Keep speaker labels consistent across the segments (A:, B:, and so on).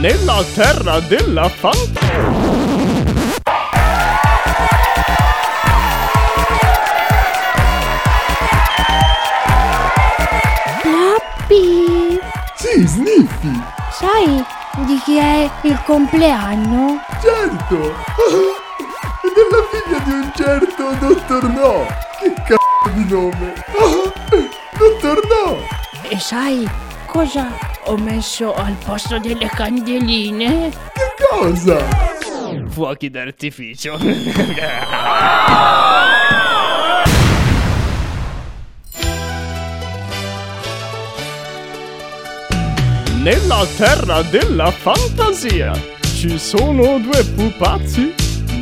A: nella terra della fantasia.
B: Lappy,
C: Sì, Sniffy,
B: sai di chi è il compleanno?
C: certo! È della figlia di un certo Dottor No! Che c***o di nome! Dottor No!
D: E sai cosa ho messo al posto delle candeline?
C: Che cosa?
A: Fuochi d'artificio. Nella terra della fantasia ci sono due pupazzi,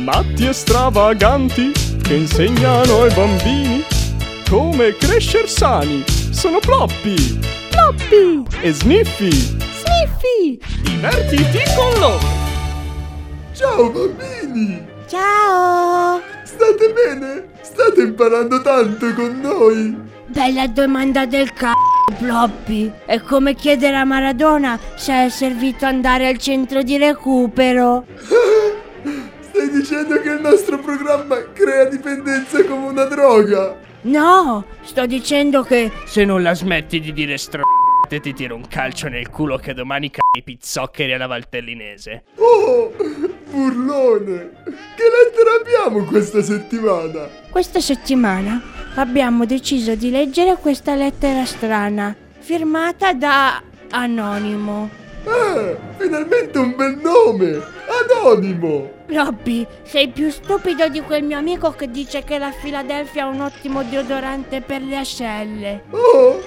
A: matti e stravaganti, che insegnano ai bambini come crescer sani. Sono Ploppi! Ploppi! E Sniffy!
B: Sniffy!
A: Divertiti con loro!
C: Ciao bambini!
B: Ciao!
C: State bene? State imparando tanto con noi!
B: Bella domanda del c***o, Floppy. È come chiedere a Maradona se è servito andare al centro di recupero.
C: Stai dicendo che il nostro programma crea dipendenza come una droga!
B: No, sto dicendo che...
A: Se non la smetti di dire str... ti tiro un calcio nel culo che domani c***i i pizzoccheri alla Valtellinese.
C: Oh, burlone! Che lettera abbiamo questa settimana?
B: Questa settimana abbiamo deciso di leggere questa lettera strana, firmata da Anonimo.
C: Eh, finalmente un bel nome! Anonimo!
B: Floppy, sei più stupido di quel mio amico che dice che la Filadelfia ha un ottimo deodorante per le ascelle.
C: Oh,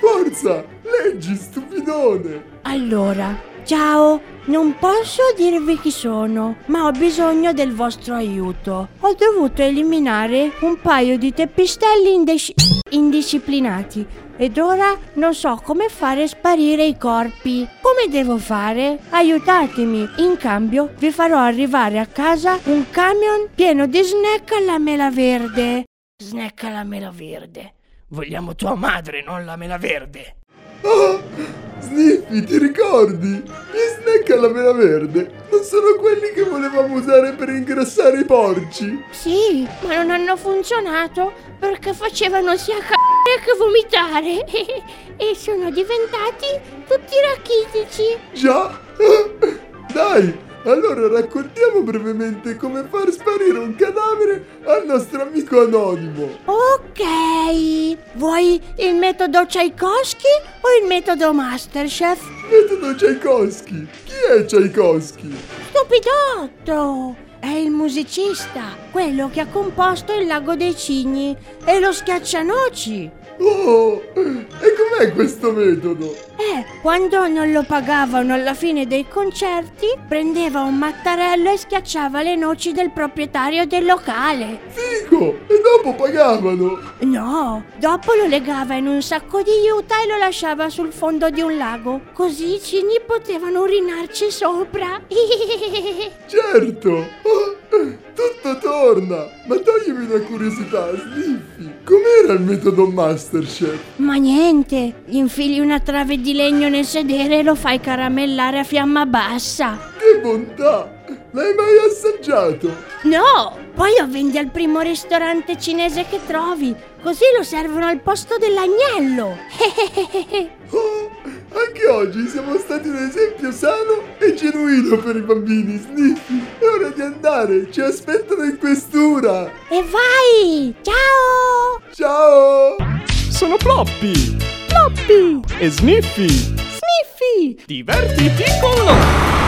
C: forza! Leggi, stupidone!
B: Allora, ciao, non posso dirvi chi sono, ma ho bisogno del vostro aiuto. Ho dovuto eliminare un paio di teppistelli indisci- indisciplinati ed ora non so come fare sparire i corpi. Come devo fare? Aiutatemi, in cambio vi farò arrivare a casa un camion pieno di snack alla mela verde. Snack alla mela verde.
D: Vogliamo tua madre, non la mela verde.
C: Oh, Sniffy, ti ricordi? Gli snack alla mela verde non sono quelli che volevamo usare per ingrassare i porci!
B: Sì, ma non hanno funzionato perché facevano sia c***o che vomitare e sono diventati tutti rachitici.
C: Già? Dai, allora raccontiamo brevemente come far sparire un cadavere al nostro amico anonimo!
B: Ok, vuoi il metodo Tchaikovsky o il metodo Masterchef?
C: Metodo Tchaikovsky! Chi è Tchaikovsky?
B: Stupidotto! È il musicista, quello che ha composto il lago dei cigni e lo schiaccianoci.
C: Oh, e com'è questo metodo?
B: Eh, quando non lo pagavano alla fine dei concerti, prendeva un mattarello e schiacciava le noci del proprietario del locale.
C: Fico! E dopo pagavano!
B: No, dopo lo legava in un sacco di juta e lo lasciava sul fondo di un lago, così i cigni potevano urinarci sopra.
C: Certo! Oh, tutto torna! Ma toglimi una curiosità, Sniffy! Com'era il metodo Masterchef?
B: Ma niente, gli infili una trave di legno nel sedere e lo fai caramellare a fiamma bassa.
C: Che bontà! L'hai mai assaggiato?
B: No! Poi lo vendi al primo ristorante cinese che trovi, così lo servono al posto dell'agnello.
C: Oh, anche oggi siamo stati un esempio sano e genuino per i bambini, Sniffy! È ora di andare! Ci aspettano in questura!
B: E vai! Ciao!
C: Ciao!
A: Sono Ploppi
B: Floppy!
A: e Sniffy.
B: Sniffy!
A: Divertiti con loro!